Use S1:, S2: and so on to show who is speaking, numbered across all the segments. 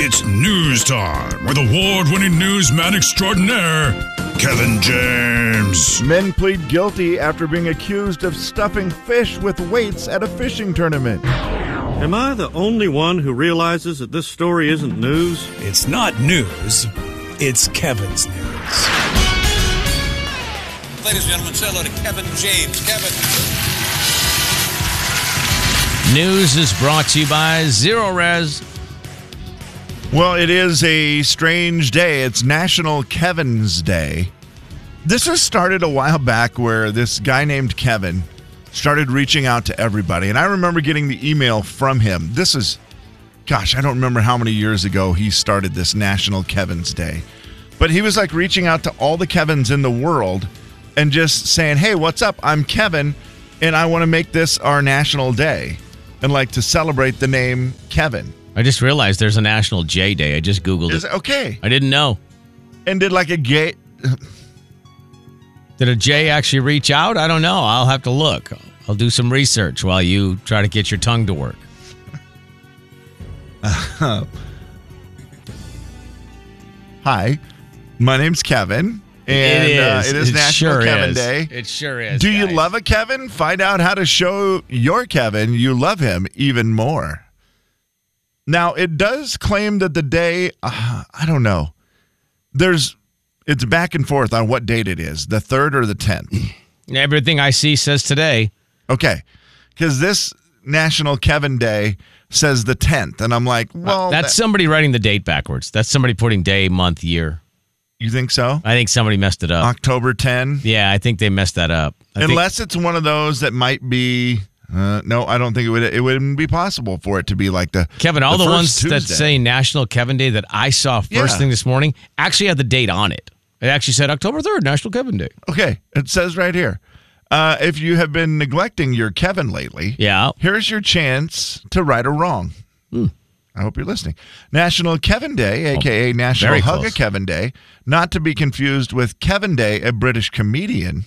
S1: It's news time with award winning newsman extraordinaire, Kevin James.
S2: Men plead guilty after being accused of stuffing fish with weights at a fishing tournament.
S3: Am I the only one who realizes that this story isn't news?
S4: It's not news, it's Kevin's news.
S5: Ladies and gentlemen, say hello to Kevin James. Kevin.
S6: News is brought to you by Zero Res.
S2: Well, it is a strange day. It's National Kevin's Day. This has started a while back where this guy named Kevin started reaching out to everybody. And I remember getting the email from him. This is, gosh, I don't remember how many years ago he started this National Kevin's Day. But he was like reaching out to all the Kevins in the world and just saying, hey, what's up? I'm Kevin, and I want to make this our national day and like to celebrate the name Kevin.
S6: I just realized there's a National J Day. I just Googled
S2: Is
S6: it.
S2: it okay?
S6: I didn't know.
S2: And did like a gay.
S6: Did a J actually reach out? I don't know. I'll have to look. I'll do some research while you try to get your tongue to work.
S2: Hi, my name's Kevin, and Uh, it is National
S6: sure
S2: Kevin
S6: is.
S2: Day.
S6: It sure is.
S2: Do you
S6: guys.
S2: love a Kevin? Find out how to show your Kevin you love him even more. Now, it does claim that the day, uh, I don't know, there's, it's back and forth on what date it is, the 3rd or the 10th.
S6: Everything I see says today.
S2: Okay. Because this National Kevin Day says the 10th. And I'm like, well,
S6: Uh, That's
S2: that-
S6: somebody writing the date backwards. That's somebody putting day, month, year.
S2: you think so?
S6: I think somebody messed it up.
S2: October 10?
S6: yeah, I think they messed that up. I think-
S2: Uh, Unless it's one of those that might be. Uh, no, I don't think it would. It wouldn't be possible for it to be like the
S6: Kevin, all the,
S2: first
S6: ones that
S2: Tuesday.
S6: say National Kevin Day that I saw first
S2: Yeah.
S6: thing this morning actually had the date on it. It actually said October 3rd, National Kevin Day.
S2: Okay, it says right here. Uh, if you have been neglecting your Kevin lately,
S6: Yeah. Hmm.
S2: here's your chance to right a wrong. I hope you're listening. National Kevin Day, aka National
S6: Oh, very
S2: Hug a
S6: close.
S2: Kevin Day, not to be confused with Kevin Day, a British comedian.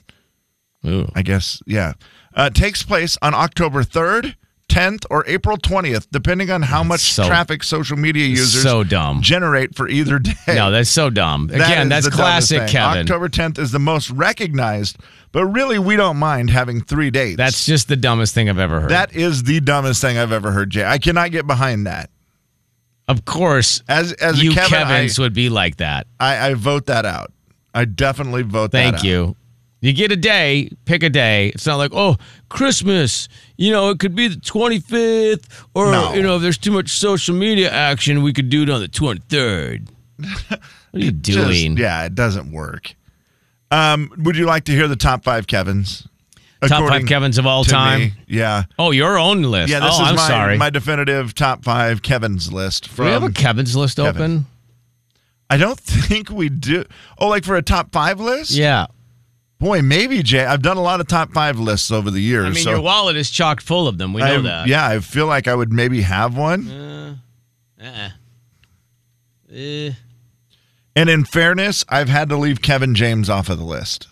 S6: Ooh.
S2: I guess, yeah. Uh, takes place on October 3rd, 10th, or April 20th, depending on how much
S6: so-
S2: traffic social media users
S6: so dumb.
S2: generate for either day.
S6: No, that's so dumb.
S2: That
S6: Again,
S2: is
S6: that's
S2: the dumbest
S6: classic
S2: thing.
S6: Kevin.
S2: October 10th is the most recognized, but really we don't mind having three dates.
S6: that's just the dumbest thing I've ever heard.
S2: that is the dumbest thing I've ever heard, Jay. I cannot get behind that.
S6: of course,
S2: As as a
S6: you
S2: Kevin, I,
S6: Kevins would be like that.
S2: I, I vote that out. I definitely vote that uh, out.
S6: Thank you. You get a day, pick a day. It's not like, oh, Christmas. You know, it could be the 25th, or,
S2: No.
S6: you know, if there's too much social media action, we could do it on the 23rd. What are you
S2: Just-
S6: doing?
S2: yeah, it doesn't work. Um, would you like to hear the top five Kevins?
S6: Top five
S2: According
S6: Kevins of all
S2: to
S6: time.
S2: me, yeah.
S6: Oh, your own list.
S2: Yeah, this
S6: oh,
S2: is
S6: I'm
S2: my,
S6: sorry.
S2: my definitive top five Kevin's list
S6: do
S2: from
S6: we have a Kevin's list
S2: Kevin.
S6: open?
S2: I don't think we do. Oh, like for a top five list?
S6: Yeah.
S2: Boy, maybe Jay. I've done a lot of top five lists over the years.
S6: I mean,
S2: so
S6: your wallet is chock full of them. We know
S2: I-
S6: that.
S2: Yeah, I feel like I would maybe have one.
S6: Uh-uh. Eh.
S2: And in fairness, I've had to leave Kevin James off of the list.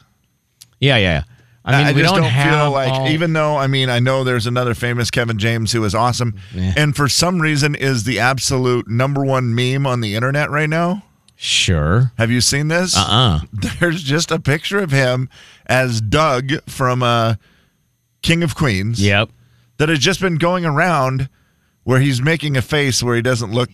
S6: Yeah, yeah, yeah. I mean, we
S2: just
S6: don't,
S2: don't,
S6: have
S2: feel like,
S6: all-
S2: even though I mean, I know there's another famous Kevin James who is awesome,
S6: Yeah.
S2: and for some reason is the absolute number one meme on the internet right now.
S6: Sure.
S2: Have you seen this?
S6: Uh-uh.
S2: There's just a picture of him as Doug from uh, King of Queens.
S6: Yep.
S2: that has just been going around where he's making a face where he doesn't look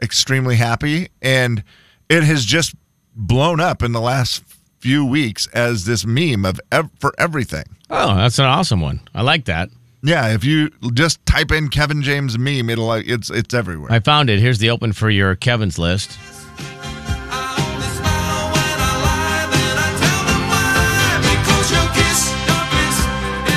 S2: extremely happy and it has just blown up in the last few weeks as this meme of ev- for everything
S6: Oh, that's an awesome one. I like that.
S2: yeah if you just type in kevin james meme it'll like it's it's everywhere
S6: I found it. Here's the open for your Kevin's list.
S5: I only smile when I lie, then I tell them why. Because your kiss, your kiss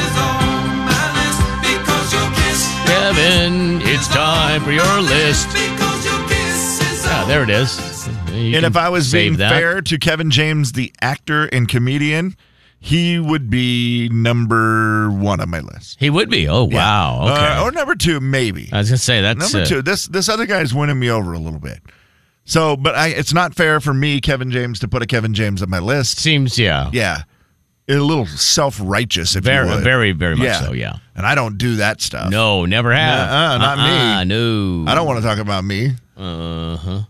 S5: is on my list. Because your kiss,
S6: Kevin, it's time for your list.
S5: because your kiss is
S6: Ah,
S5: on
S6: there it is. You
S2: and
S6: can
S2: if i was
S6: save
S2: being
S6: that.
S2: fair to kevin james the actor and comedian he would be number one on my list
S6: he would be. Oh, wow.
S2: Yeah.
S6: Okay.
S2: Uh, or number two maybe
S6: I was going to say that's
S2: Number
S6: uh,
S2: two, this this other guy's winning me over a little bit. So, but I, it's not fair for me, Kevin James, to put a Kevin James on my list.
S6: Seems, yeah.
S2: Yeah, a little self righteous, if
S6: Very,
S2: you would.
S6: very, very much so, yeah.
S2: And I don't do that stuff.
S6: No, never have.
S2: Nuh-uh, not me.
S6: Uh-uh, No.
S2: I don't want to talk about me.
S6: Uh huh.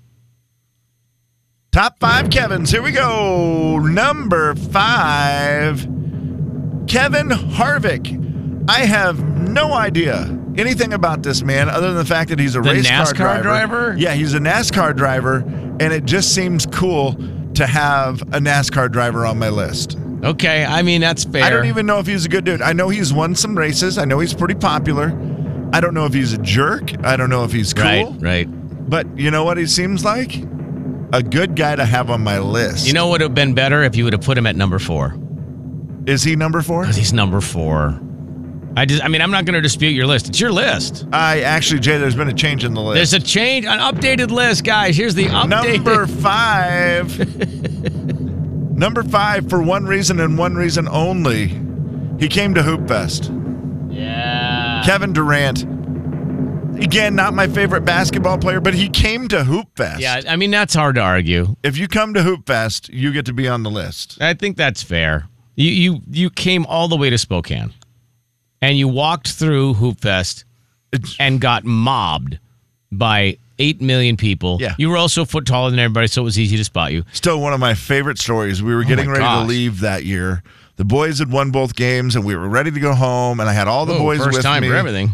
S2: Top five Kevins. Here we go. Number five, Kevin Harvick. I have no idea anything about this man other than the fact that he's a
S6: The
S2: race
S6: NASCAR
S2: car
S6: driver?
S2: Yeah, he's a NASCAR driver, and it just seems cool to have a NASCAR driver on my list.
S6: Okay. I mean, that's fair.
S2: I don't even know if he's a good dude. I know he's won some races. I know he's pretty popular. I don't know if he's a jerk. I don't know if he's cool.
S6: Right. Right.
S2: But you know what he seems like? A good guy to have on my list.
S6: You know what would have been better if you would have put him at number four.
S2: Is he number four?
S6: Because he's number four. I just, I mean, I'm not going to dispute your list. It's your list.
S2: I actually, Jay, there's been a change in the list.
S6: There's a change, an updated list, guys. Here's the updated.
S2: number five. number five for one reason and one reason only. He came to Hoop Fest.
S6: Yeah.
S2: Kevin Durant. Again, not my favorite basketball player, but he came to Hoop Fest.
S6: Yeah. I mean, that's hard to argue.
S2: If you come to Hoop Fest, you get to be on the list.
S6: I think that's fair. You you you came all the way to Spokane, and you walked through Hoopfest,
S2: It's-
S6: and got mobbed by eight million people.
S2: Yeah.
S6: You were also a foot taller than everybody, so it was easy to spot you.
S2: Still one of my favorite stories. We were getting
S6: Oh my
S2: ready to
S6: gosh.
S2: leave that year. The boys had won both games, and we were ready to go home. And I had all the
S6: Whoa,
S2: boys
S6: first
S2: with
S6: time
S2: me.
S6: for everything.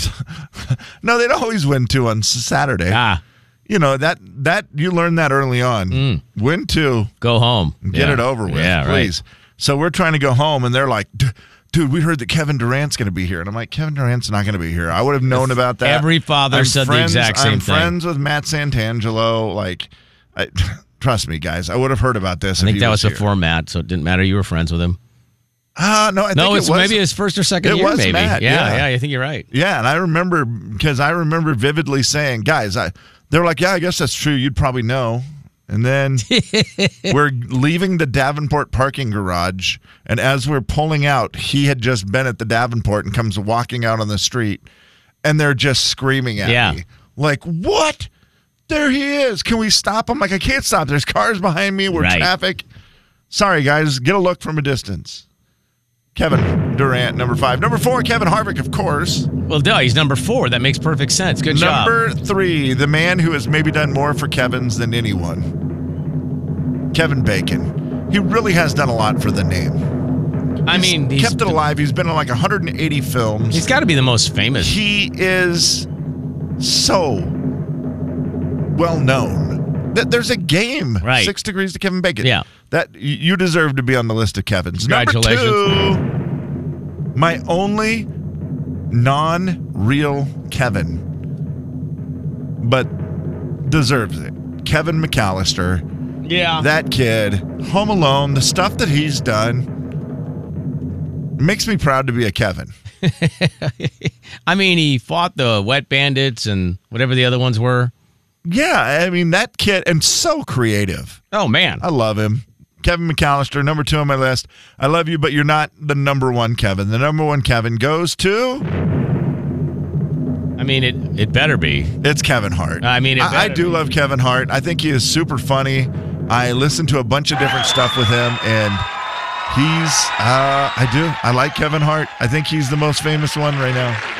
S2: no, they'd always win two on Saturday.
S6: Ah,
S2: you know that that you learn that early on. Win two,
S6: go home.
S2: get
S6: Mm. Yeah.
S2: it over with,
S6: Yeah, right.
S2: please. So we're trying to go home, and they're like, "D- "Dude, we heard that Kevin Durant's going to be here," and I'm like, "Kevin Durant's not going to be here. I would have known about that."
S6: every father said the exact same
S2: I'm
S6: thing.
S2: friends with Matt Santangelo. Like, I, trust me, guys, I would have heard about this.
S6: I think that was before Matt, so it didn't matter. You were friends with him.
S2: Ah, no, I think
S6: No,
S2: it
S6: it's
S2: was.
S6: maybe his first or second
S2: it
S6: year.
S2: was
S6: maybe.
S2: Matt,
S6: yeah,
S2: yeah.
S6: yeah, I think you're right.
S2: Yeah, and I remember because I remember vividly saying, "Guys, I." They're like, "Yeah, I guess that's true. You'd probably know." And then we're leaving the Davenport parking garage, and as we're pulling out, he had just been at the Davenport and comes walking out on the street, and they're just screaming at
S6: Yeah.
S2: me, like, "What? There he is! Can we stop him?" Like, I can't stop. There's cars behind me. We're
S6: Right.
S2: traffic. Sorry, guys. Get a look from a distance. Kevin Durant, number five. Number four, Kevin Harvick, of course.
S6: Well, duh, he's number four. That makes perfect sense. Good job.
S2: Number three, the man who has maybe done more for Kevin's than anyone, Kevin Bacon. He really has done a lot for the name.
S6: I
S2: He's
S6: mean, he's,
S2: kept it alive. He's been in like 180 films.
S6: he's got to be the most famous.
S2: he is so well known. That there's a game,
S6: Right.
S2: Six degrees to Kevin Bacon.
S6: Yeah.
S2: that y- you deserve to be on the list of Kevin's. Number
S6: Congratulations.
S2: two, my only non-real Kevin, but deserves it. Kevin McAllister
S6: Yeah.
S2: that kid, Home Alone, the stuff that he's done makes me proud to be a Kevin.
S6: I mean, he fought the wet bandits and whatever the other ones were.
S2: Yeah, I mean that kid and so creative.
S6: Oh man,
S2: I love him. Kevin McAllister, number two on my list. I love you, but you're not the number one Kevin. The number one Kevin goes to
S6: I mean it. It better be.
S2: it's Kevin Hart.
S6: I mean, it
S2: I, I
S6: better
S2: do
S6: be.
S2: love Kevin Hart. I think he is super funny. I listen to a bunch of different stuff with him, and he's uh, I do I like Kevin Hart. I think he's the most famous one right now.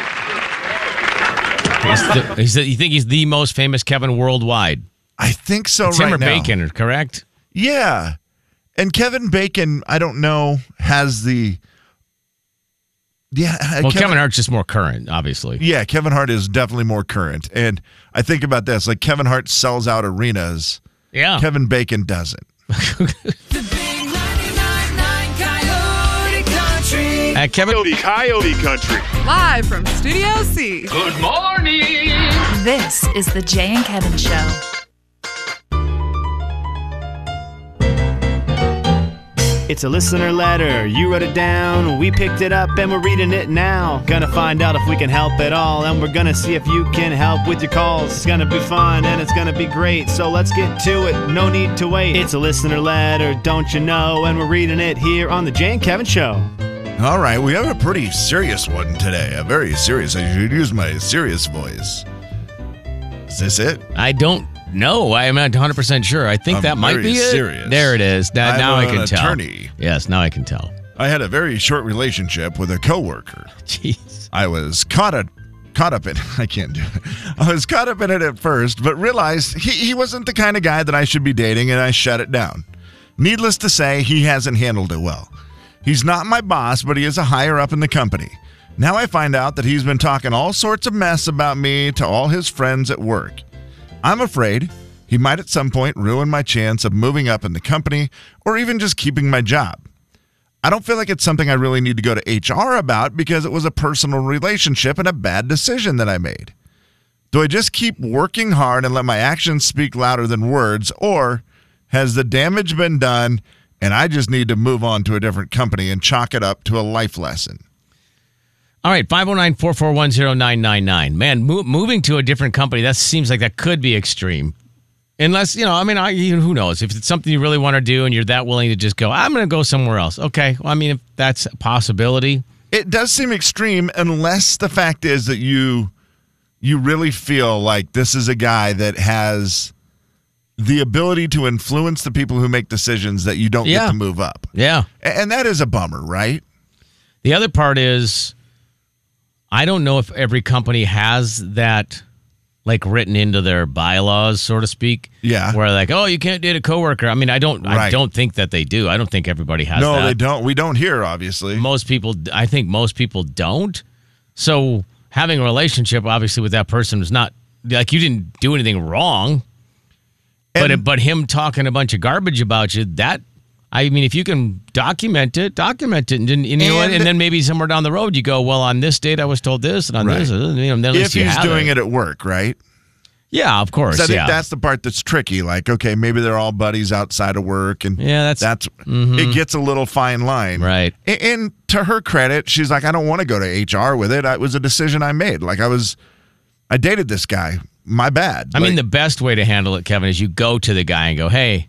S6: He's the, he's the- you think he's the most famous Kevin worldwide?
S2: I think so
S6: It's
S2: Oh, right
S6: him or
S2: now.
S6: Bacon, correct?
S2: Yeah. And Kevin Bacon, I don't know, has the Yeah, uh,
S6: Well, Kevin, Hart's just more current, obviously.
S2: Yeah, Kevin Hart is definitely more current. And I think about this, like Kevin Hart sells out arenas,
S6: Yeah.
S2: Kevin Bacon doesn't.
S5: The big 99.9 Coyote Country.
S6: Uh, Kevin,
S7: Live from Studio C. Good morning. This is the Jay and Kevin Show.
S8: It's a listener letter. You wrote it down. We picked it up and we're reading it now. Gonna find out if we can help at all. And we're gonna see if you can help with your calls. It's gonna be fun and it's gonna be great. So let's get to it. No need to wait. It's a listener letter, don't you know? And we're reading it here on The Jane Kevin Show.
S2: All right, we have a pretty serious one today. A very serious. I should use my serious voice. Is this it?
S6: I don't know. I'm not 100 percent sure. I think
S2: I'm
S6: that might
S2: very
S6: be it.
S2: serious.
S6: There it is. Now,
S2: I'm
S6: now I
S2: an
S6: can
S2: attorney.
S6: tell. Yes, now I can tell.
S2: I had a very short relationship with a coworker.
S6: Jeez.
S2: I was caught at caught up in I can't do it. I was caught up in it at first, but realized he, he wasn't the kind of guy that I should be dating and I shut it down. Needless to say, he hasn't handled it well. He's not my boss, but he is a higher up in the company. Now I find out that he's been talking all sorts of mess about me to all his friends at work. I'm afraid he might at some point ruin my chance of moving up in the company or even just keeping my job. I don't feel like it's something I really need to go to HR about because it was a personal relationship and a bad decision that I made. Do I just keep working hard and let my actions speak louder than words, or has the damage been done and I just need to move on to a different company and chalk it up to a life lesson?
S6: All right, 509 441 999 Man, mo- moving to a different company, that seems like that could be extreme. Unless, you know, I mean, I, you- who knows? If it's something you really want to do and you're that willing to just go, I'm going to go somewhere else. Okay. Well, I mean, if that's a possibility.
S2: It does seem extreme unless the fact is that you you really feel like this is a guy that has the ability to influence the people who make decisions that you don't
S6: Yeah.
S2: get to move up.
S6: Yeah.
S2: A- And that is a bummer, right?
S6: The other part is, I don't know if every company has that like written into their bylaws, so to speak.
S2: Yeah.
S6: Where like, oh, you can't date a coworker. I mean, I don't, I
S2: Right.
S6: don't think that they do. I don't think everybody has
S2: no,
S6: that.
S2: they don't. We don't hear, obviously.
S6: Most people, I think most people don't. So having a relationship, obviously, with that person is not like you didn't do anything wrong.
S2: And-
S6: but but him talking a bunch of garbage about you, that I mean, if you can document it, document it, and, then- and you know what,
S2: And-
S6: and then maybe somewhere down the road you go, well, on this date I was told this, and on
S2: Right.
S6: this, uh, you know, and then at
S2: If
S6: least you
S2: he's
S6: have
S2: doing it. at work, right?
S6: yeah, of course,
S2: 'Cause I think
S6: yeah.
S2: that's the part that's tricky. Like, okay, maybe they're all buddies outside of work, and
S6: Yeah, that's- mm-hmm.
S2: that's it gets a little fine line,
S6: Right.
S2: A- And to her credit, she's like, I don't want to go to HR with it. I- It was a decision I made. Like, I was, I dated this guy. My bad.
S6: I mean,
S2: Like,
S6: the best way to handle it, Kevin, is you go to the guy and go, "Hey,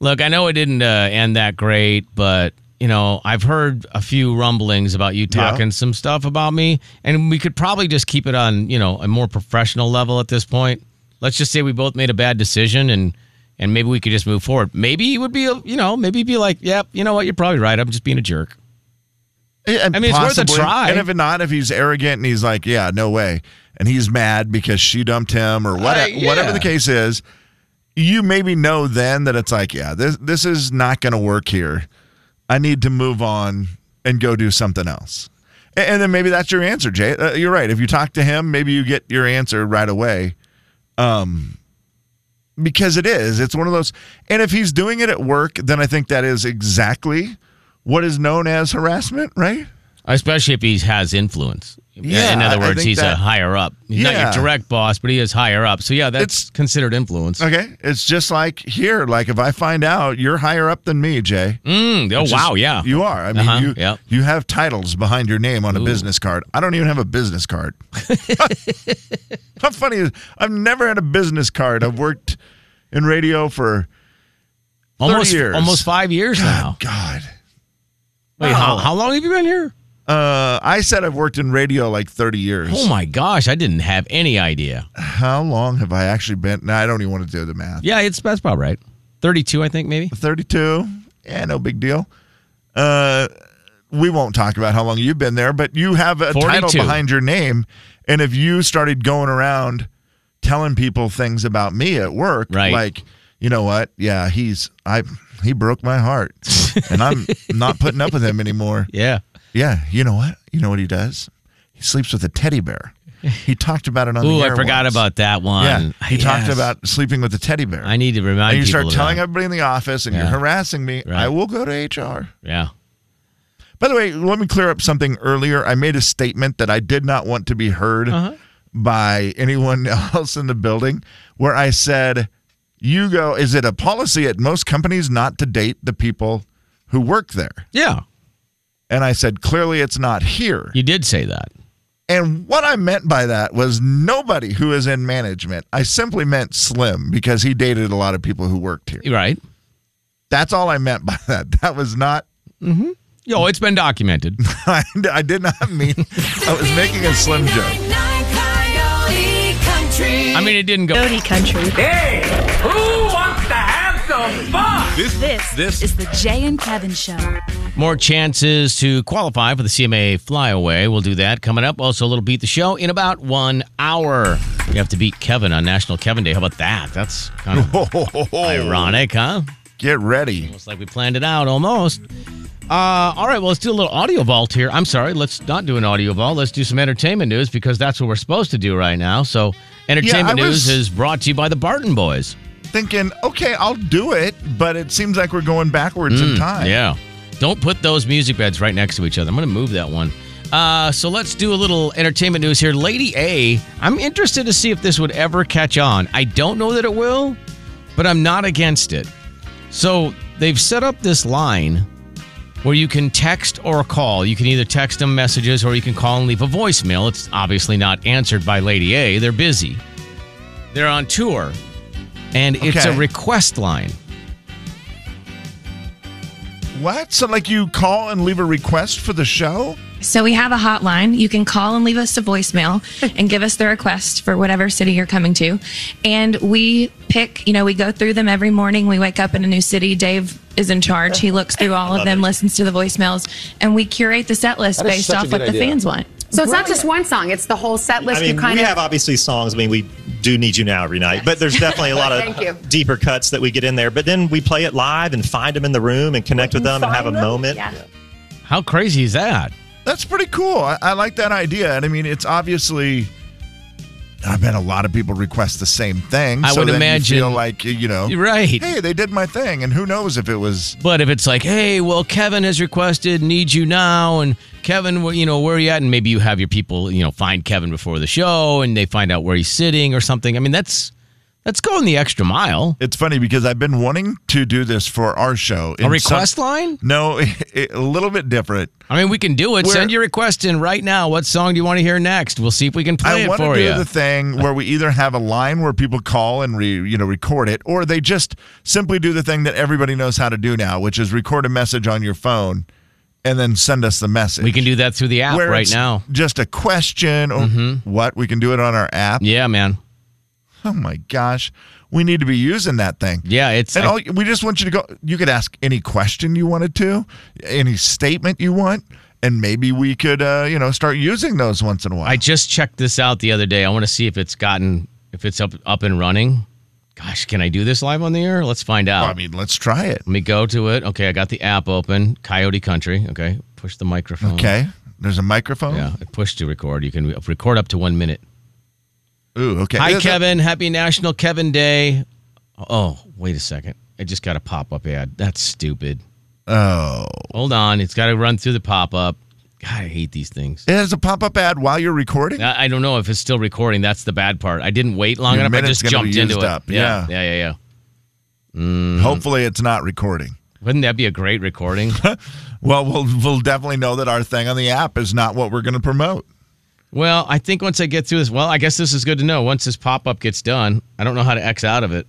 S6: look, I know it didn't uh, end that great, but you know, I've heard a few rumblings about you talking some stuff about me, and we could probably just keep it on, you know, a more professional level at this point. Let's just say we both made a bad decision, and and maybe we could just move forward. Maybe he would be, a- you know, maybe he'd be like, "Yep, you know what? You're probably right. I'm just being a jerk."
S2: and
S6: I mean, it's worth a
S2: possibly-
S6: try.
S2: And if not, if he's arrogant and he's like, yeah, no way, and he's mad because she dumped him or what,
S6: Uh, yeah.
S2: whatever the case is, you maybe know then that it's like, yeah, this this is not going to work here. I need to move on and go do something else. A- And, then maybe that's your answer, Jay. Uh, you're right. If you talk to him, maybe you get your answer right away. Um, because it is. It's one of those. And if he's doing it at work, then I think that is exactly what is known as harassment, right?
S6: Especially if he has influence.
S2: Yeah,
S6: in other
S2: I
S6: words,
S2: think
S6: he's a
S2: that-
S6: higher up. He's not
S2: Yeah.
S6: your direct boss, but he is higher up. So yeah, that's
S2: It's-
S6: considered influence.
S2: Okay. It's just like here, like if I find out you're higher up than me, Jay.
S6: Mm, oh
S2: It's
S6: wow,
S2: just-
S6: yeah.
S2: You are. I mean,
S6: Uh-huh,
S2: you
S6: yep.
S2: you have titles behind your name on a business card. I don't even have a business card. How funny is I've never had a business card. I've worked in radio for
S6: almost
S2: 30 years.
S6: almost five years now.
S2: God.
S6: Wait, how, how long have you been here?
S2: Uh, I said I've worked in radio like 30 years.
S6: Oh my gosh, I didn't have any idea.
S2: How long have I actually been? No, I don't even want to do the math.
S6: Yeah, it's that's about right. Thirty-two, I think maybe.
S2: 32. Yeah, no big deal. Uh, we won't talk about how long you've been there, but you have a title
S6: 42.
S2: behind your name. And if you started going around telling people things about me at work,
S6: Right.
S2: like, you know what? Yeah, he's I he broke my heart. and I'm not putting up with him anymore.
S6: Yeah.
S2: Yeah, you know what? You know what he does? He sleeps with a teddy bear. He talked about it on
S6: Ooh,
S2: the
S6: I
S2: air
S6: forgot
S2: once.
S6: about that one.
S2: Yeah, he
S6: Yes.
S2: talked about sleeping with a teddy bear
S6: I need to remind
S2: and you
S6: people
S2: start
S6: of
S2: telling
S6: that.
S2: everybody in the office and
S6: Yeah.
S2: you're harassing me,
S6: Right.
S2: I will go to HR.
S6: Yeah.
S2: By the way, let me clear up something earlier. I made a statement that I did not want to be heard
S6: Uh-huh.
S2: by anyone else in the building where I said, you go, is it a policy at most companies not to date the people who work there?
S6: Yeah.
S2: And I said, clearly it's not here.
S6: You did say that.
S2: And what I meant by that was nobody who is in management. I simply meant Slim because he dated a lot of people who worked here.
S6: You're right.
S2: That's all I meant by that. That was not
S6: Yo, it's been documented.
S2: I, I did not mean I was making a slim joke.
S6: I mean, it didn't go.
S9: Coyote Country.
S10: Hey, who wants to have
S9: This,
S7: This,
S9: this,
S7: is the Jay and Kevin Show.
S6: More chances to qualify for the CMA flyaway. We'll do that coming up. Also, a little beat the show in about one hour. You have to beat Kevin on National Kevin Day. How about that? That's kind of ironic, huh?
S2: Get ready.
S6: Almost like we planned it out, almost. Uh, all right, well, let's do a little audio vault here. I'm sorry, let's not do an audio vault. Let's do some entertainment news because that's what we're supposed to do right now. So, entertainment
S2: I
S6: news
S2: was-
S6: is brought to you by the Barton Boys.
S2: Thinking, okay, I'll do it, but it seems like we're going backwards in time.
S6: Mm, Hmm, Yeah. Don't put those music beds right next to each other. I'm going to move that one. Uh, so let's do a little entertainment news here. Lady A, I'm interested to see if this would ever catch on. I don't know that it will, but I'm not against it. So they've set up this line where you can text or call. You can either text them messages or you can call and leave a voicemail. It's obviously not answered by Lady A. They're busy, they're on tour, and it's a
S2: Okay.
S6: request line.
S2: What? So, like, you call and leave a request for the show?
S10: So we have a hotline. You can call and leave us a voicemail and give us the request for whatever city you're coming to. And we pick, you know, we go through them every morning. We wake up in a new city. Dave is in charge. He looks through all of them, listens to the voicemails, and we curate the set list
S11: That is
S10: based
S11: such a
S10: off
S11: good
S10: what the
S11: idea.
S10: fans want.
S12: So it's not just one song; it's the whole set list.
S11: I mean,
S12: you kind
S11: we
S12: of
S11: have obviously songs. I mean, we do need you now every night, but there's definitely a lot
S12: Thank you.
S11: of deeper cuts that we get in there. But then we play it live and find them in the room and connect with them and have a moment.
S6: How crazy is that?
S2: That's pretty cool. I, I like that idea. And I mean, it's obviously. I bet a lot of people request the same thing.
S6: I
S2: so
S6: would
S2: then
S6: imagine-
S2: You feel like, you know.
S6: You're right.
S2: Hey, they did my thing. And who knows if it was.
S6: But if it's like, hey, well, Kevin has requested need you now, and Kevin, wh- you know, where are you at? And maybe you have your people, you know, find Kevin before the show, and they find out where he's sitting or something. I mean, that's that's going the extra mile.
S2: It's funny because I've been wanting to do this for our show.
S6: A
S2: in
S6: request
S2: some-
S6: line?
S2: No, a little bit different.
S6: I mean, we can do it.
S2: Where-
S6: Send your request in right now. What song do you want to hear next? We'll see if we can play
S2: I
S6: it
S2: want
S6: for
S2: to do
S6: you.
S2: the thing where we either have a line where people call and re, you know record it, or they just simply do the thing that everybody knows how to do now, which is record a message on your phone and then send us the message.
S6: we can do that through the app
S2: Where
S6: right
S2: it's
S6: now. Mm-hmm.
S2: Just a question or what? We can do it on our app.
S6: Yeah, man.
S2: Oh my gosh, we need to be using that thing.
S6: Yeah, it's
S2: And
S6: I-
S2: all, we just want you to go. You could ask any question you wanted to, any statement you want, and maybe we could, uh, you know, start using those once in a while.
S6: I just checked this out the other day. I want to see if it's gotten if it's up up and running. Gosh, can I do this live on the air? Let's find out.
S2: Well, I mean, let's try it.
S6: Let me go to it. Okay, I got the app open. Coyote Country. Okay, push the microphone.
S2: Okay. There's a microphone.
S6: Yeah, I push to record. You can record up to one minute.
S2: Ooh. Okay.
S6: Hi,
S2: Yeah, that-
S6: Kevin. Happy National Kevin Day. Oh, wait a second. I just got a pop up ad. That's stupid.
S2: Oh.
S6: Hold on. It's got to run through the pop up. God, I hate these things.
S2: It has a pop-up ad while you're recording.
S6: I I don't know if it's still recording. That's the bad part. I didn't wait long
S2: Your
S6: enough. I
S2: minute's
S6: just
S2: gonna be
S6: jumped into
S2: used
S6: it.
S2: up.
S6: yeah.
S2: Yeah.
S6: Yeah. Yeah. Yeah.
S2: Hopefully, it's not recording.
S6: Wouldn't that be a great recording?
S2: Well, we'll we'll definitely know that our thing on the app is not what we're going to promote.
S6: Well, I think once I get through this, well, I guess this is good to know. Once this pop up gets done, I don't know how to X out of it.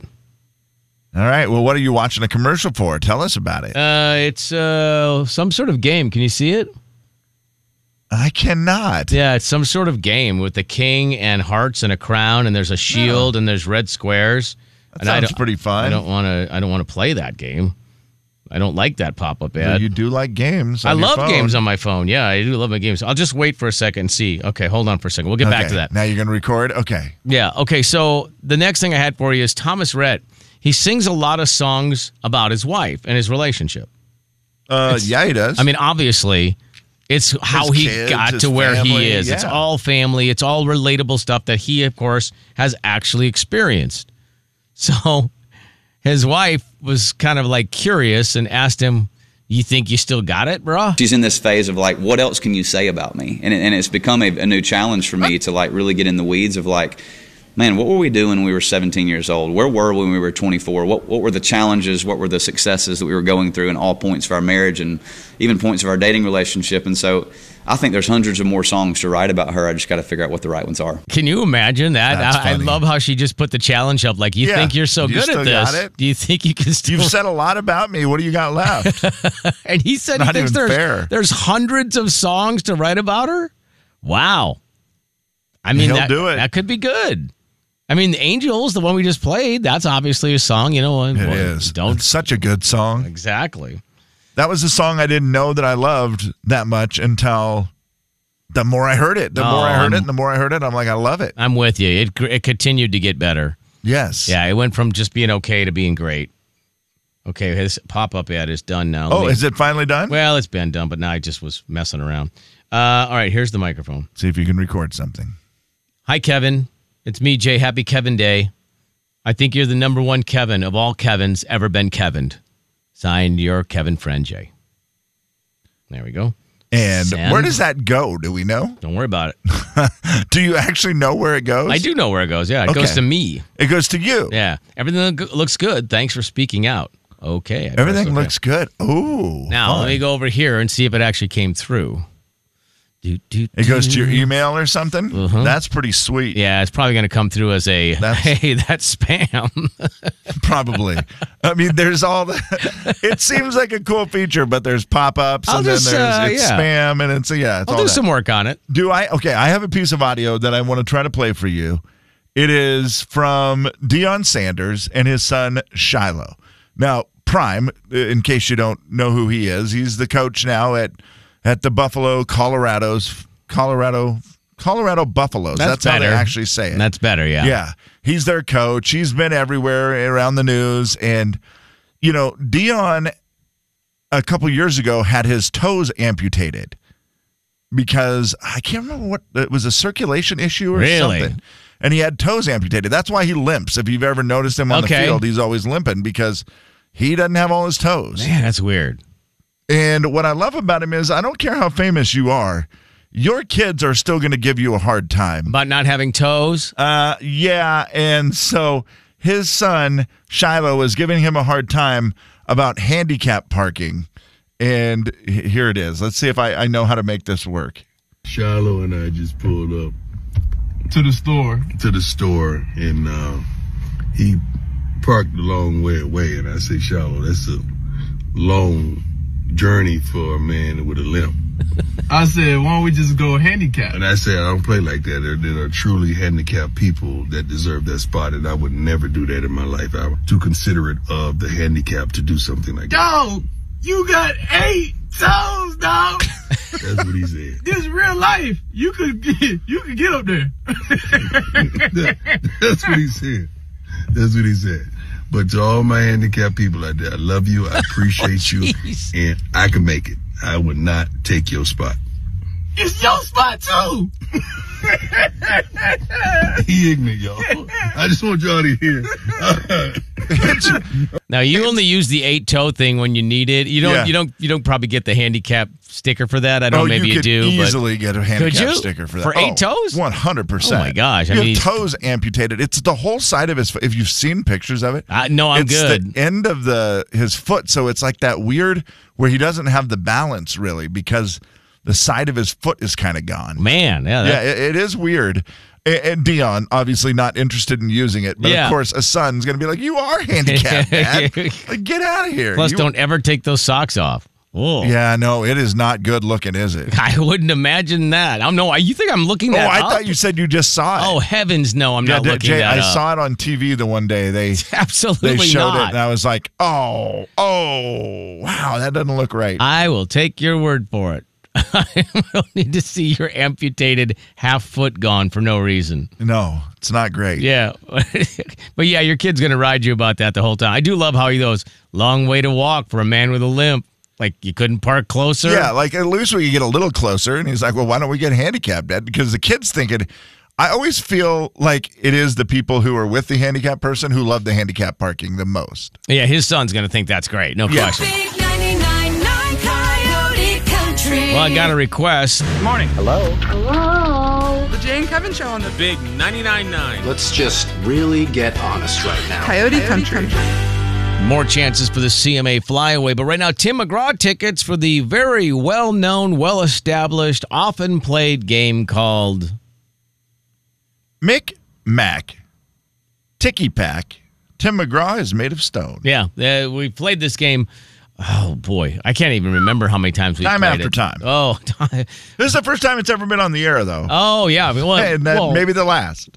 S2: All right. Well, what are you watching a commercial for? Tell us about it.
S6: Uh, it's uh, some sort of game. Can you see it?
S2: I cannot.
S6: Yeah, it's some sort of game with the king and hearts and a crown, and there's a shield and there's red squares.
S2: That
S6: and I
S2: sounds
S6: don't-
S2: pretty fun.
S6: I don't want to. I don't want to play that game. I don't like that pop up
S2: Though
S6: ad.
S2: You do like games. on
S6: I
S2: your
S6: love
S2: phone.
S6: games on my phone. Yeah, I do love my games. I'll just wait for a second and see. Okay, hold on for a second. We'll get back
S2: Okay,
S6: to that.
S2: Now you're going to record. Okay.
S6: Yeah. Okay. So the next thing I had for you is Thomas Rhett. He sings a lot of songs about his wife and his relationship.
S2: Uh, yeah, he does.
S6: I mean, obviously, it's how
S2: His
S6: he
S2: kids,
S6: got
S2: his
S6: to where
S2: family,
S6: he is. It's
S2: yeah.
S6: all family, it's all relatable stuff that he, of course, has actually experienced. So his wife was kind of like curious and asked him, You think you still got it, bruh?
S13: She's in this phase of like, what else can you say about me? And, it- and it's become a, a new challenge for me to like really get in the weeds of like, man, what were we doing when we were 17 years old? Where were we when we were 24? What, what were the challenges? What were the successes that we were going through in all points of our marriage and even points of our dating relationship? And so I think there's hundreds of more songs to write about her. I just got to figure out what the right ones are.
S6: Can you imagine that?
S13: That's
S6: I, I
S13: funny.
S6: love how she just put the challenge up. Like, you
S2: Yeah.
S6: think you're so
S2: You
S6: good
S2: still
S6: at this?
S2: got it?
S6: Do you think you can still
S2: You've said a lot about me. What do you got left?
S6: And he said he
S2: Not
S6: thinks
S2: even
S6: there's,
S2: fair.
S6: there's hundreds of songs to write about her. Wow. I mean,
S2: He'll
S6: that,
S2: do it.
S6: that could be good. I mean, the Angels, the one we just played, that's obviously a song, you know. And,
S2: It is. Don't. It's such a good song.
S6: Exactly.
S2: That was a song I didn't know that I loved that much until the more I heard it. The more I
S6: Oh,
S2: heard it,
S6: I'm-
S2: and the more I heard it, I'm like, I love it.
S6: I'm with you. It gr- it continued to get better.
S2: Yes.
S6: Yeah, it went from just being okay to being great. Okay, his pop up ad is done now. Let
S2: Oh,
S6: me-
S2: is it finally done?
S6: Well, it's been done, but now I just was messing around. Uh, all right, here's the microphone.
S2: See if you can record something.
S6: Hi, Kevin. It's me, Jay. Happy Kevin Day. I think you're the number one Kevin of all Kevins ever been Kevined. Signed, your Kevin friend, Jay. There we go.
S2: And
S6: Send.
S2: where does that go? Do we know?
S6: Don't worry about it.
S2: do you actually know where it goes?
S6: I do know where it goes. Yeah, it goes
S2: Okay.
S6: to me.
S2: It goes to you.
S6: Yeah, everything look- looks good. Thanks for speaking out. Okay, I press
S2: Everything
S6: okay.
S2: looks good. Ooh.
S6: Now
S2: fun.
S6: let me go over here and see if it actually came through. Do, do,
S2: It goes to your
S6: do.
S2: email or something.
S6: Uh-huh.
S2: That's pretty sweet.
S6: Mm-hmm. Yeah, it's probably going to come through as a hey, that's spam.
S2: Probably. I mean, there's all the. It seems like a cool feature, but there's pop ups
S6: I'll
S2: and then
S6: just,
S2: there's
S6: uh,
S2: it's
S6: yeah.
S2: spam and it's yeah. It's
S6: I'll
S2: all
S6: do
S2: that.
S6: some work on it.
S2: Do I? Okay, I have a piece of audio that I want to try to play for you. It is from Dion Sanders and his son Shiloh. Now, Prime, in case you don't know who he is, he's the coach now at at the Buffalo Colorados, Colorado, Colorado Buffaloes. That's, how they
S6: better.
S2: actually say it.
S6: That's better. Yeah.
S2: Yeah. He's their coach. He's been everywhere around the news. And, you know, Dion a couple years ago had his toes amputated because I can't remember what it was a circulation issue or
S6: Really?
S2: something. And he had toes amputated. That's why he limps. If you've ever noticed him on
S6: Okay.
S2: the field, he's always limping because he doesn't have all his toes.
S6: Man, that's weird.
S2: And what I love about him is I don't care how famous you are, your kids are still going to give you a hard time.
S6: About not having toes.
S2: Uh, yeah, and so his son Shiloh was giving him a hard time about handicap parking, and h- here it is. Let's see if I, I know how to make this work.
S9: Shiloh Oh, and I just pulled up to the store. To the store, and uh, he parked a long way away. And I said, Shiloh, that's a long journey for a man with a limp.
S14: I said, why don't we just go handicap?
S9: And I said, I don't play like that. There, there are truly handicapped people that deserve that spot, and I would never do that in my life. I'm too considerate of the handicap to do something like that.
S14: Dog, you got eight toes, dog.
S9: That's what he said.
S14: This is real life. You could get, you could get up there.
S9: That's what he said. That's what he said. But to all my handicapped people out there, I love you. I appreciate you. And I can make it. I would not take your spot.
S14: It's your spot too.
S9: He ignorant, y'all. I just want y'all to hear.
S6: Now you only use the eight toe thing when you need it. You don't.
S2: Yeah.
S6: You don't. You don't probably get the handicap sticker for that. I know
S2: Oh,
S6: maybe you,
S2: could
S6: do. but-
S2: easily get a handicap
S6: Could you?
S2: sticker for that Oh,
S6: for eight toes.
S2: One hundred percent.
S6: Oh my gosh, I
S2: Your
S6: mean-
S2: toes amputated. It's the whole side of his. fo- If you've seen pictures of it,
S6: I- no, I'm
S2: it's
S6: good.
S2: The end of the his foot, so it's like that weird where he doesn't have the balance really because the side of his foot is kind of gone.
S6: Man, yeah, that-
S2: yeah, it- it is weird. A- And Dion obviously not interested in using it, but
S6: Yeah.
S2: of course a son's going to be like, "You are handicapped, Dad. Like, get out of here."
S6: Plus,
S2: You-
S6: don't ever take those socks off. Oh.
S2: Yeah, no, it is not good looking, is it?
S6: I wouldn't imagine that. I'm no. You think I'm looking
S2: Oh,
S6: that
S2: I
S6: up?
S2: thought you said you just saw it.
S6: Oh heavens, no! I'm
S2: Yeah,
S6: not
S2: J-
S6: looking
S2: Jay, I
S6: that up.
S2: saw it on TV the one day. They
S6: Absolutely
S2: they showed
S6: not.
S2: it, and I was like, "Oh, oh, wow, that doesn't look right."
S6: I will take your word for it. I will need to see your amputated half foot gone for no reason.
S2: No, it's not great.
S6: Yeah. but yeah, your kid's going to ride you about that the whole time. I do love how he goes, long way to walk for a man with a limp. Like you couldn't park closer.
S2: Yeah, like at least we could get a little closer. And he's like, well, why don't we get handicapped, Dad? Because the kid's thinking, I always feel like it is the people who are with the handicapped person who love the handicapped parking the most.
S6: Yeah, his son's going to think that's great. No
S2: Yeah.
S6: question.
S5: Big 99.9 Coyote Country.
S6: Well, I got a request. Good morning. Hello.
S7: Hello. The Jay and Kevin Show on the
S15: Big 99.9. Let's just really get honest right now.
S7: Coyote, Country.
S6: More chances for the CMA flyaway, but right now, Tim McGraw tickets for the very well known, well established, often played game called
S2: Mick Mac, Ticky Pack, Tim McGraw is made of stone.
S6: Yeah, uh, we played this game. Oh boy, I can't even remember how many times we
S2: Time
S6: played
S2: after
S6: it.
S2: time.
S6: Oh, time.
S2: This is the first time it's ever been on the air, though.
S6: oh yeah. I mean, Uh, Well,
S2: and then
S6: well,
S2: maybe the last.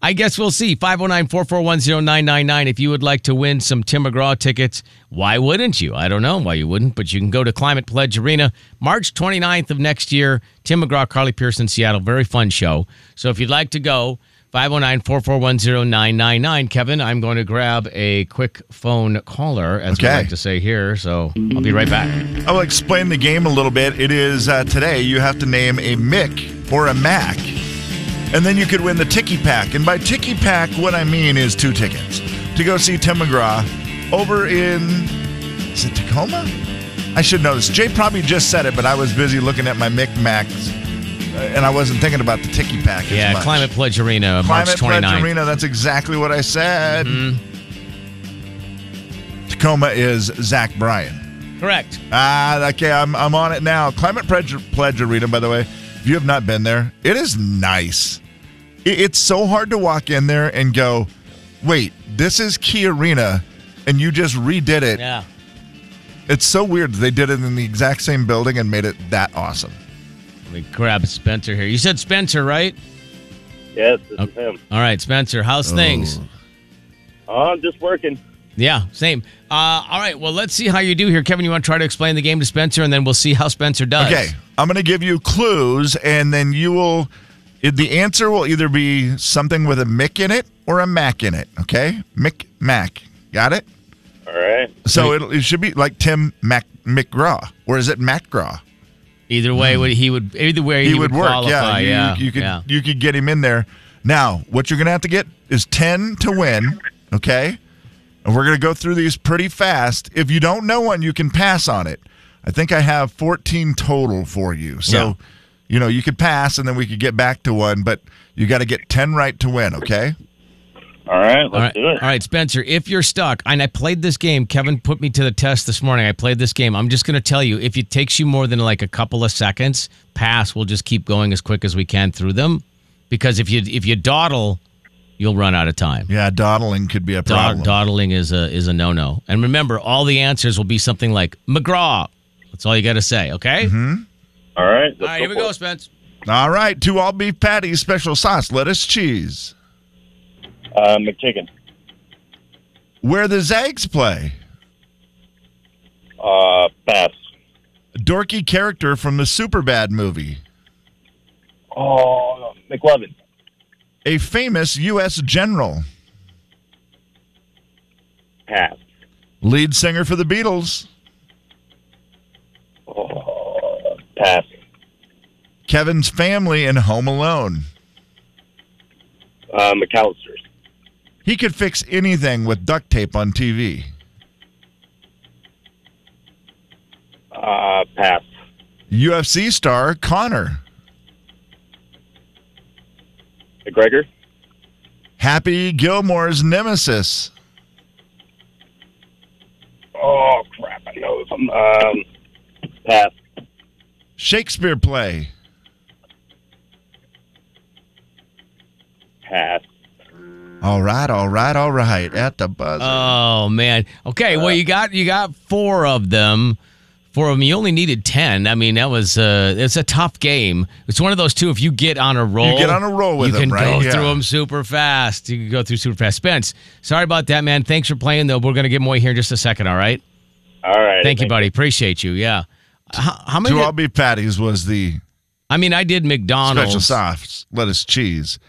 S6: I guess we'll see. 509-441-0999. If you would like to win some Tim McGraw tickets, why wouldn't you? I don't know why you wouldn't, but you can go to Climate Pledge Arena March 29th of next year. Tim McGraw, Carly Pearson, Seattle. Very fun show. So if you'd like to go, 509-441-0999. Kevin, I'm going to grab a quick phone caller, as we
S2: Okay.
S6: like to say here. So I'll be right back.
S2: I will explain the game a little bit. It is uh, today you have to name a Mick or a Mac, and then you could win the Tiki Pack. And by Tiki Pack, what I mean is two tickets to go see Tim McGraw over in is it Tacoma? I should know this. Jay probably just said it, but I was busy looking at my Mick Macs, uh, and I wasn't thinking about the Tiki Pack. as
S6: Yeah,
S2: much.
S6: Climate Pledge Arena,
S2: Climate
S6: March 29th.
S2: Pledge Arena. That's exactly what I said.
S6: Mm-hmm.
S2: Tacoma is Zach Bryan.
S6: Correct.
S2: Ah, okay. I'm, I'm on it now. Climate Pledge, Pledge Arena, by the way, if you have not been there, it is nice. It, it's so hard to walk in there and go, wait, this is Key Arena, and you just redid it.
S6: Yeah.
S2: It's so weird. that They did it in the exact same building and made it that awesome.
S6: Let me grab Spencer here. You said Spencer, right?
S16: Yes, this is him.
S6: All right, Spencer, how's things?
S16: Oh, I'm just working.
S6: Yeah, same. Uh, all right, well, let's see how you do here. Kevin, you want to try to explain the game to Spencer, and then we'll see how Spencer does.
S2: Okay, I'm going to give you clues, and then you will. it- The answer will either be something with a Mick in it or a Mac in it. Okay, Mick Mac. Got it.
S16: All right.
S2: So it'll, it should be like Tim Mac McGraw, or is it Mac Graw?
S6: Either way,
S2: Hmm.
S6: would he would either way he, would,
S2: Yeah,
S6: qualify.
S2: you,
S6: yeah,
S2: you, could
S6: yeah.
S2: you could get him in there. Now, what you're going to have to get is ten to win. Okay, and we're going to go through these pretty fast. If you don't know one, you can pass on it. I think I have 14 total for you. So,
S17: Yeah.
S2: you know, you could pass, and then we could get back to one. But you got to get 10 right to win. Okay.
S16: All right, let's
S6: All right. All right, Spencer, if you're stuck, and I played this game, Kevin put me to the test this morning. I played this game. I'm just going to tell you if it takes you more than like a couple of seconds, pass, we'll just keep going as quick as we can through them because if you if you dawdle, you'll run out of time.
S2: Yeah, dawdling could be a problem.
S6: dawdling is a is a no-no. And remember, all the answers will be something like McGraw. That's all you got to say, okay? Mm-hmm.
S16: All right.
S6: All right, here we go, Spence.
S2: All right. Two all beef patties, special sauce, lettuce, cheese.
S16: Uh, McChicken.
S2: Where the Zags play.
S16: Uh, pass.
S2: Dorky character from the Superbad movie.
S16: Oh, McLovin.
S2: A famous U.S. general.
S16: Pass.
S2: Lead singer for the Beatles.
S16: Uh, Pass.
S2: Kevin's family in Home Alone.
S16: Uh, McAllister's.
S2: He could fix anything with duct tape on TV.
S16: Uh, pass.
S2: UFC star Connor.
S16: McGregor.
S2: Happy Gilmore's nemesis.
S16: Oh, crap. I know him. Um, pass.
S2: Shakespeare play.
S16: Pass.
S2: All right, all right, all right. At the buzzer.
S6: Oh man. Okay. Well, you got you got four of them. Four of them. You only needed ten. I mean, that was uh, it's a tough game. It's one of those two. If you get on a roll,
S2: get on a roll with
S6: you
S2: 'em,
S6: can
S2: right?
S6: go
S2: Yeah.
S6: through them super fast. You can go through super fast. Spence, sorry about that, man. Thanks for playing though. We're gonna get more here in just a second. All right.
S16: All right.
S6: Thank you, buddy. Appreciate you. Yeah. How, how many?
S2: Two all beef patties was the
S6: I mean, I did McDonald's.
S2: special sauce, lettuce, cheese.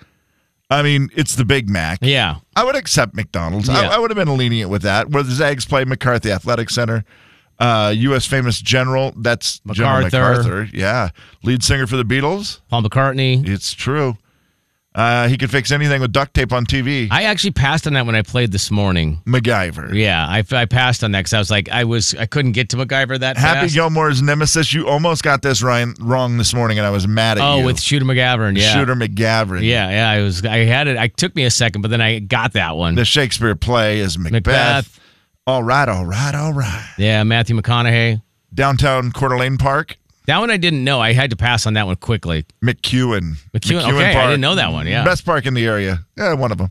S2: I mean, it's the Big Mac.
S6: Yeah.
S2: I would accept McDonald's.
S6: Yeah.
S2: I, I would have been lenient with that. Where the Zags play McCarthy Athletic Center, uh, U.S. famous general. That's General
S6: MacArthur.
S2: MacArthur. Yeah. Lead singer for the Beatles.
S6: Paul McCartney.
S2: It's true. Uh, he could fix anything with duct tape on TV.
S6: I actually passed on that when I played this morning.
S2: MacGyver.
S6: Yeah, I, I passed on that because I was like, I was I couldn't get to MacGyver that
S2: Happy
S6: fast.
S2: Gilmore's nemesis. You almost got this Ryan, wrong this morning, and I was mad at
S6: oh,
S2: you.
S6: with Shooter McGavern, yeah.
S2: Shooter McGavern.
S6: Yeah, yeah. I was. I had it. I took me a second, but then I got that one.
S2: The Shakespeare play is Macbeth.
S6: Macbeth.
S2: All right, all right, all right.
S6: Yeah, Matthew McConaughey.
S2: Downtown Coeur d'Alene Park.
S6: That one I didn't know. I had to pass on that one quickly.
S2: McEwen.
S6: McEwen. okay, I didn't know that one. Yeah.
S2: Best park in the area. Yeah, one of them.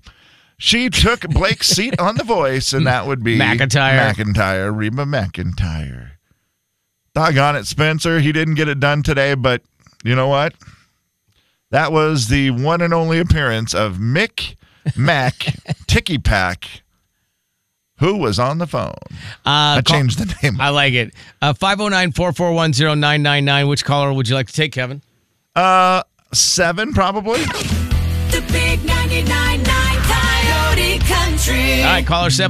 S2: She took Blake's seat on The Voice, and that would be
S6: McIntyre.
S2: McIntyre, Reba McIntyre. Doggone it, Spencer. He didn't get it done today, but you know what? That was the one and only appearance of Mick Mac Ticky Pack, who was on the phone.
S6: Uh,
S2: I changed the name.
S6: I like it. Uh, 509 441 999. Which caller would you like to take, Kevin?
S2: Uh, seven, probably.
S5: The big 99.9 Coyote Country.
S6: All right, caller seven.